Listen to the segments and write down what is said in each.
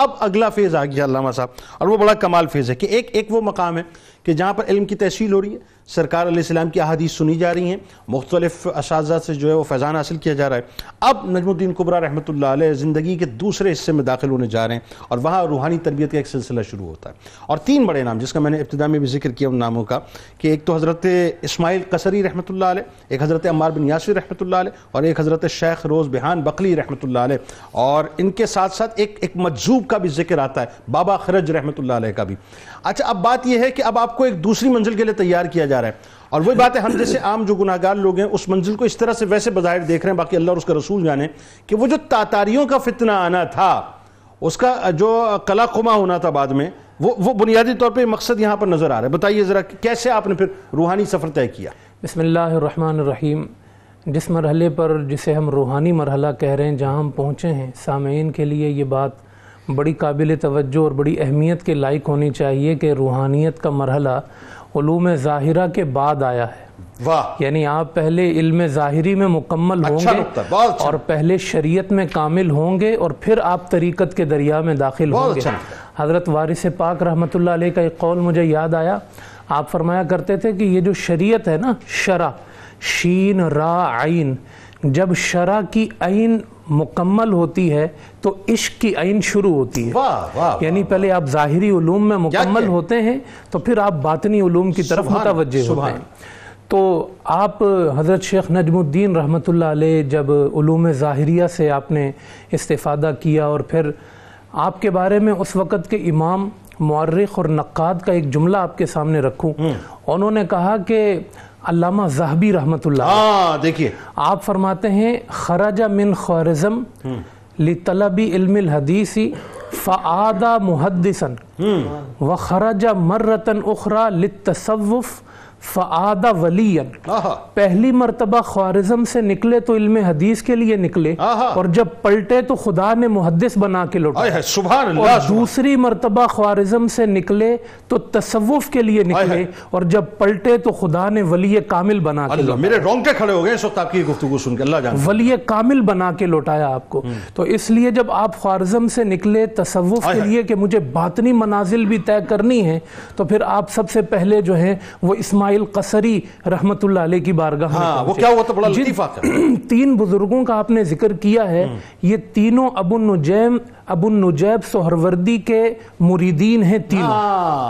اب اگلا فیز آ گیا علامہ صاحب اور وہ بڑا کمال فیز ہے کہ ایک ایک وہ مقام ہے کہ جہاں پر علم کی تحصیل ہو رہی ہے سرکار علیہ السلام کی احادیث سنی جا رہی ہیں مختلف اساتذہ سے جو ہے وہ فیضان حاصل کیا جا رہا ہے اب نجم الدین قبرہ رحمۃ اللہ علیہ زندگی کے دوسرے حصے میں داخل ہونے جا رہے ہیں اور وہاں روحانی تربیت کا ایک سلسلہ شروع ہوتا ہے اور تین بڑے نام جس کا میں نے ابتدا میں بھی ذکر کیا ان ناموں کا کہ ایک تو حضرت اسماعیل قصری رحمۃ اللہ علیہ ایک حضرت عمار بن یاسر رحمۃ اللہ علیہ اور ایک حضرت شیخ روز بہان بقلی رحمۃ اللہ علیہ اور ان کے ساتھ ساتھ ایک ایک مجذوب کا بھی ذکر آتا ہے بابا خرج رحمۃ اللہ علیہ کا بھی اچھا اب بات یہ ہے کہ اب آپ کو ایک دوسری منزل کے لیے تیار کیا جا رہا ہے اور وہی بات ہے ہم جیسے عام جو گناہ گار لوگ ہیں اس منزل کو اس طرح سے ویسے بظاہر دیکھ رہے ہیں باقی اللہ اور اس کا رسول جانے کہ وہ جو تاتاریوں کا فتنہ آنا تھا اس کا جو کلا قما ہونا تھا بعد میں وہ وہ بنیادی طور پہ مقصد یہاں پر نظر آ رہا ہے بتائیے ذرا کیسے آپ نے پھر روحانی سفر طے کیا بسم اللہ الرحمن الرحیم جس مرحلے پر جسے ہم روحانی مرحلہ کہہ رہے ہیں جہاں ہم پہنچے ہیں سامعین کے لیے یہ بات بڑی قابل توجہ اور بڑی اہمیت کے لائق ہونی چاہیے کہ روحانیت کا مرحلہ علوم ظاہرہ کے بعد آیا ہے واہ یعنی آپ پہلے علم ظاہری میں مکمل ہوں اچھا نقطہ گے بہت اچھا اور پہلے شریعت میں کامل ہوں گے اور پھر آپ طریقت کے دریا میں داخل بہت ہوں گے اچھا نقطہ۔ حضرت وارث پاک رحمتہ اللہ علیہ کا ایک قول مجھے یاد آیا آپ فرمایا کرتے تھے کہ یہ جو شریعت ہے نا شرع شین را عین جب شرع کی عین مکمل ہوتی ہے تو عشق کی عین شروع ہوتی ہے واہ واہ یعنی پہلے آپ ظاہری علوم میں مکمل ہوتے ہیں تو پھر آپ باطنی علوم کی طرف متوجہ ہوتے ہیں تو آپ حضرت شیخ نجم الدین رحمۃ اللہ علیہ جب علوم ظاہریہ سے آپ نے استفادہ کیا اور پھر آپ کے بارے میں اس وقت کے امام مورخ اور نقاد کا ایک جملہ آپ کے سامنے رکھوں انہوں نے کہا کہ علامہ زاہبی رحمۃ اللہ علیہ ہاں دیکھیے آپ فرماتے ہیں خرج من خوارزم لطلب علم الحدیث فعاد محدثا و خرج مرتن اخرى للتصوف فعاد ولیا آہا پہلی مرتبہ خوارزم سے نکلے تو علم حدیث کے لیے نکلے آہا۔ اور جب پلٹے تو خدا نے محدث بنا کے لوٹا آئے ہے سبحان اور اللہ سبحان دوسری مرتبہ خوارزم سے نکلے تو تصوف کے لیے نکلے آئے۔ اور جب پلٹے تو خدا نے ولی کامل بنا کے اللہ میرے رونگٹے کھڑے ہو گئے اس وقت آپ کی یہ گفتگو سن کے اللہ جان ولی کامل بنا کے لوٹایا آپ کو تو اس لیے جب آپ خوارزم سے نکلے تصوف کے لیے کہ مجھے باطنی منازل بھی طے کرنی ہے تو پھر آپ سب سے پہلے جو ہیں وہ اسماعیل قصری رحمت اللہ علیہ کی بارگاہ ہاں وہ کیا ہوا تھا بڑا لطیف واقعہ تین بزرگوں کا آپ نے ذکر کیا ہے یہ تینوں ابو النجیم ابو النجیب سہروردی کے مریدین ہیں تینوں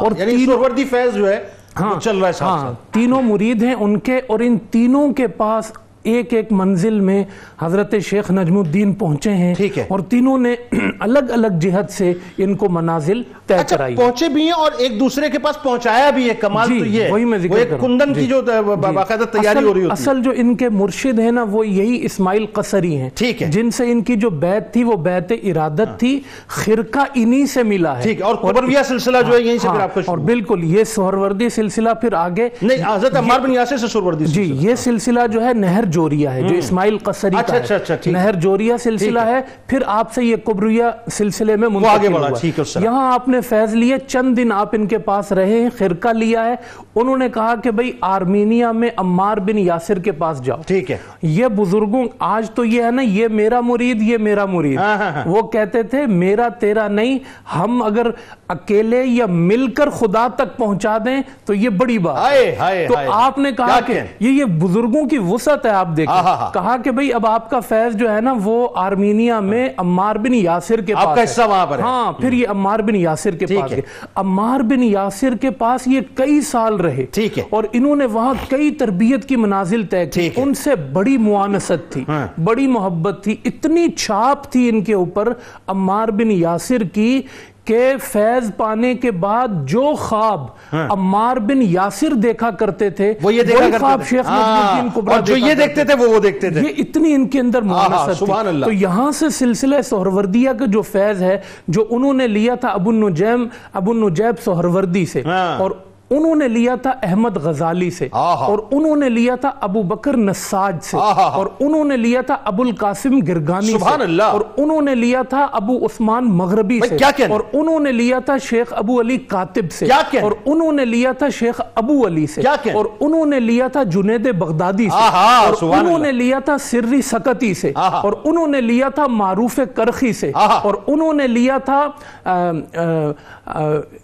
اور یعنی سوروردی فیض جو ہے وہ چل رہا ہے صاحب ہاں تینوں مرید ہیں ان کے اور ان تینوں کے پاس ایک ایک منزل میں حضرت شیخ نجم الدین پہنچے ہیں اور تینوں نے الگ الگ جہت سے ان کو منازل طے اچھا کرائی جی، پہنچے بھی ہیں اور ایک دوسرے کے پاس پہنچایا بھی ہے کمال تو یہ وہی میں ذکر ایک کندن کی جو باقاعدہ تیاری ہو رہی ہوتی ہے جی، اصل جو ان کے مرشد ہیں نا وہ یہی اسماعیل قصری ہیں جن سے ان کی جو بیعت تھی وہ بیعت ارادت تھی خرقہ انہی سے ملا ہے ہاں۔ ٹھیک اور قبرویہ سلسلہ جو ہے یہیں سے پھر آپ کا ہاں، اور شروع بالکل یہ سہروردی سلسلہ پھر آگے نہیں حضرت عمار بن یاسر سے سوروردی جی یہ سلسلہ جو ہے نہر جوریہ ہے جو اسماعیل قصری کا ہے نہر جوریہ سلسلہ ہے پھر آپ سے یہ قبریہ سلسلے میں منتقل ہوا یہاں آپ نے فیض لیے چند دن آپ ان کے پاس رہے ہیں خرقہ لیا ہے انہوں نے کہا کہ بھئی آرمینیا میں عمار بن یاسر کے پاس جاؤ ٹھیک ہے یہ بزرگوں آج تو یہ ہے نا یہ میرا مرید یہ میرا مرید وہ کہتے تھے میرا تیرا نہیں ہم اگر اکیلے یا مل کر خدا تک پہنچا دیں تو یہ بڑی بات ہے ہائے ہائے تو آپ نے کہا کہ یہ یہ بزرگوں کی وسعت ہے آپ دیکھیں کہا کہ بھئی اب آپ کا فیض جو ہے نا وہ آرمینیا میں عمار بن یاسر کے پاس آپ کا حصہ وہاں پر ہے ہاں پھر یہ عمار بن یاسر کے پاس گئے عمار بن یاسر کے پاس یہ کئی سال رہے اور انہوں نے وہاں کئی تربیت کی منازل طے کی ان سے بڑی معانست تھی ہاں۔ بڑی محبت تھی اتنی چھاپ تھی ان کے اوپر عمار بن یاسر کی کہ فیض پانے کے بعد جو خواب عمار بن یاسر دیکھا کرتے تھے ہاں۔ وہ یہ دیکھا خواب کرتے ہاں، شیخ نجم الدین اور جو یہ دیکھتے تھے وہ وہ دیکھتے تھے یہ اتنی ان کے اندر معانست تھی تو یہاں سے سلسلہ سہروردیہ کا جو فیض ہے جو انہوں نے لیا تھا ابو النجیم ابو النجیب سہروردی سے اور انہوں نے لیا تھا احمد غزالی سے اور انہوں نے لیا تھا ابو بکر نساج سے اور انہوں نے لیا تھا ابو القاسم گرگانی سے اور انہوں نے لیا تھا ابو عثمان مغربی سے اور انہوں نے لیا تھا شیخ ابو علی کاتب سے اور انہوں نے لیا تھا شیخ ابو علی سے اور انہوں نے لیا تھا جنید بغدادی سے اور انہوں نے لیا تھا سری سکتی سے اور انہوں نے لیا تھا معروف کرخی سے اور انہوں نے لیا تھا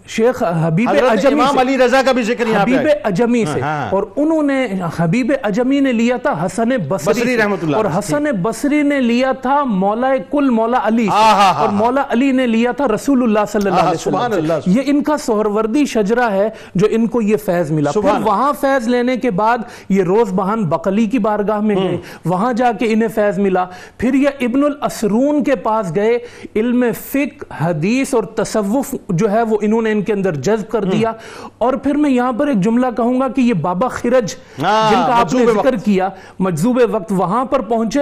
شیخ حبیب اجمی امام علی رضا کا بھی ذکر یہاں پہ حبیب ہے ہاں، اجمی سے اور انہوں نے حبیب اجمی نے لیا تھا حسن بصری بصری سے رحمت اللہ اور علیہ، حسن بصری نے لیا تھا مولا کل مولا علی سے آہا، اور مولا علی نے لیا تھا رسول اللہ صلی اللہ آہا، علیہ سبحان اللہ، وسلم سے سبحان یہ ان کا سہروردی شجرہ ہے جو ان کو یہ فیض ملا سبحان پھر اللہ۔ وہاں فیض لینے کے بعد یہ روز بہان بقلی کی بارگاہ میں گئے وہاں جا کے انہیں فیض ملا پھر یہ ابن الاسرون کے پاس گئے علم فقہ حدیث اور تصوف جو ہے وہ انہوں نے ان کے اندر جذب کر دیا اور پھر میں یہاں پر ایک جملہ کہوں گا کہ یہ بابا خرج جن ہاں، کا آپ نے مجذوب ذکر کیا مجذوب وقت وہاں پر پہنچے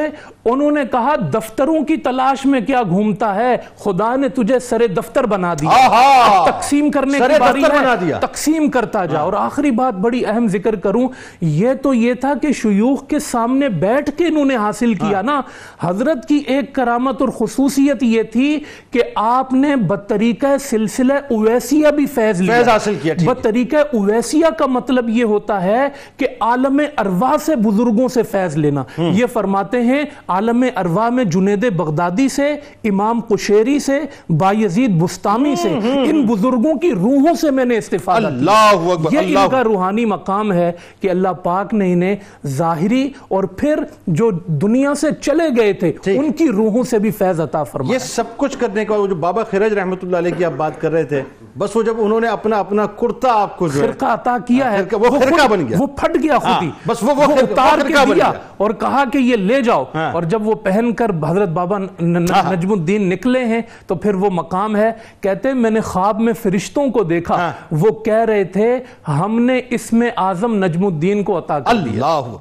انہوں نے کہا دفتروں کی تلاش میں کیا گھومتا ہے خدا نے تجھے سر دفتر بنا دیا آہا! اب تقسیم کرنے سرِ کی باری دفتر ہے۔ بنا دیا۔ ہاں۔ تقسیم کرتا جا اور آخری بات بڑی اہم ذکر کروں یہ تو یہ تھا کہ شیوخ کے سامنے بیٹھ کے انہوں نے حاصل ہاں۔ کیا نا حضرت کی ایک کرامت اور خصوصیت یہ تھی کہ آپ نے بطریقہ سلسلہ اویسیہ بھی فیض لیا فیض حاصل کیا، ٹھیک ہے۔ بطریقہ اویسیہ کا مطلب یہ ہوتا ہے کہ عالم ارواح سے بزرگوں سے فیض لینا یہ فرماتے ہیں عالم ارواح میں جنید بغدادی سے امام قشیری سے بایزید بستامی سے ان بزرگوں کی روحوں سے میں نے استفادہ کیا اللہ اکبر یہ اللہ ان کا روحانی مقام ہے کہ اللہ پاک نے انہیں ظاہری اور پھر جو دنیا سے چلے گئے تھے ان کی روحوں سے بھی فیض عطا یہ فرمایا سب کچھ کرنے کے بعد وہ جو بابا خرج رحمۃ اللہ علیہ کی آپ بات کر رہے تھے بس وہ جب انہوں نے اپنا اپنا کرتا آپ کو جو ہے ہاں، فرقہ عطا کیا ہے فرقہ- وہ فرقہ خود- بن گیا۔ ہاں، وہ پھٹ گیا خود ہی بس وہ- وہ فرقہ- وہ اتار فرقہ کے بن دیا گیا۔ ہاں۔ اور کہا کہ یہ لے جاؤ اور جب وہ پہن کر حضرت بابا ن- ن- نجم الدین نکلے ہیں تو پھر وہ مقام ہے کہتے ہیں میں نے خواب میں فرشتوں کو ہاں۔ دیکھا وہ کہہ رہے تھے ہم نے اس میں اعظم نجم الدین کو عطا کر دیا اللہ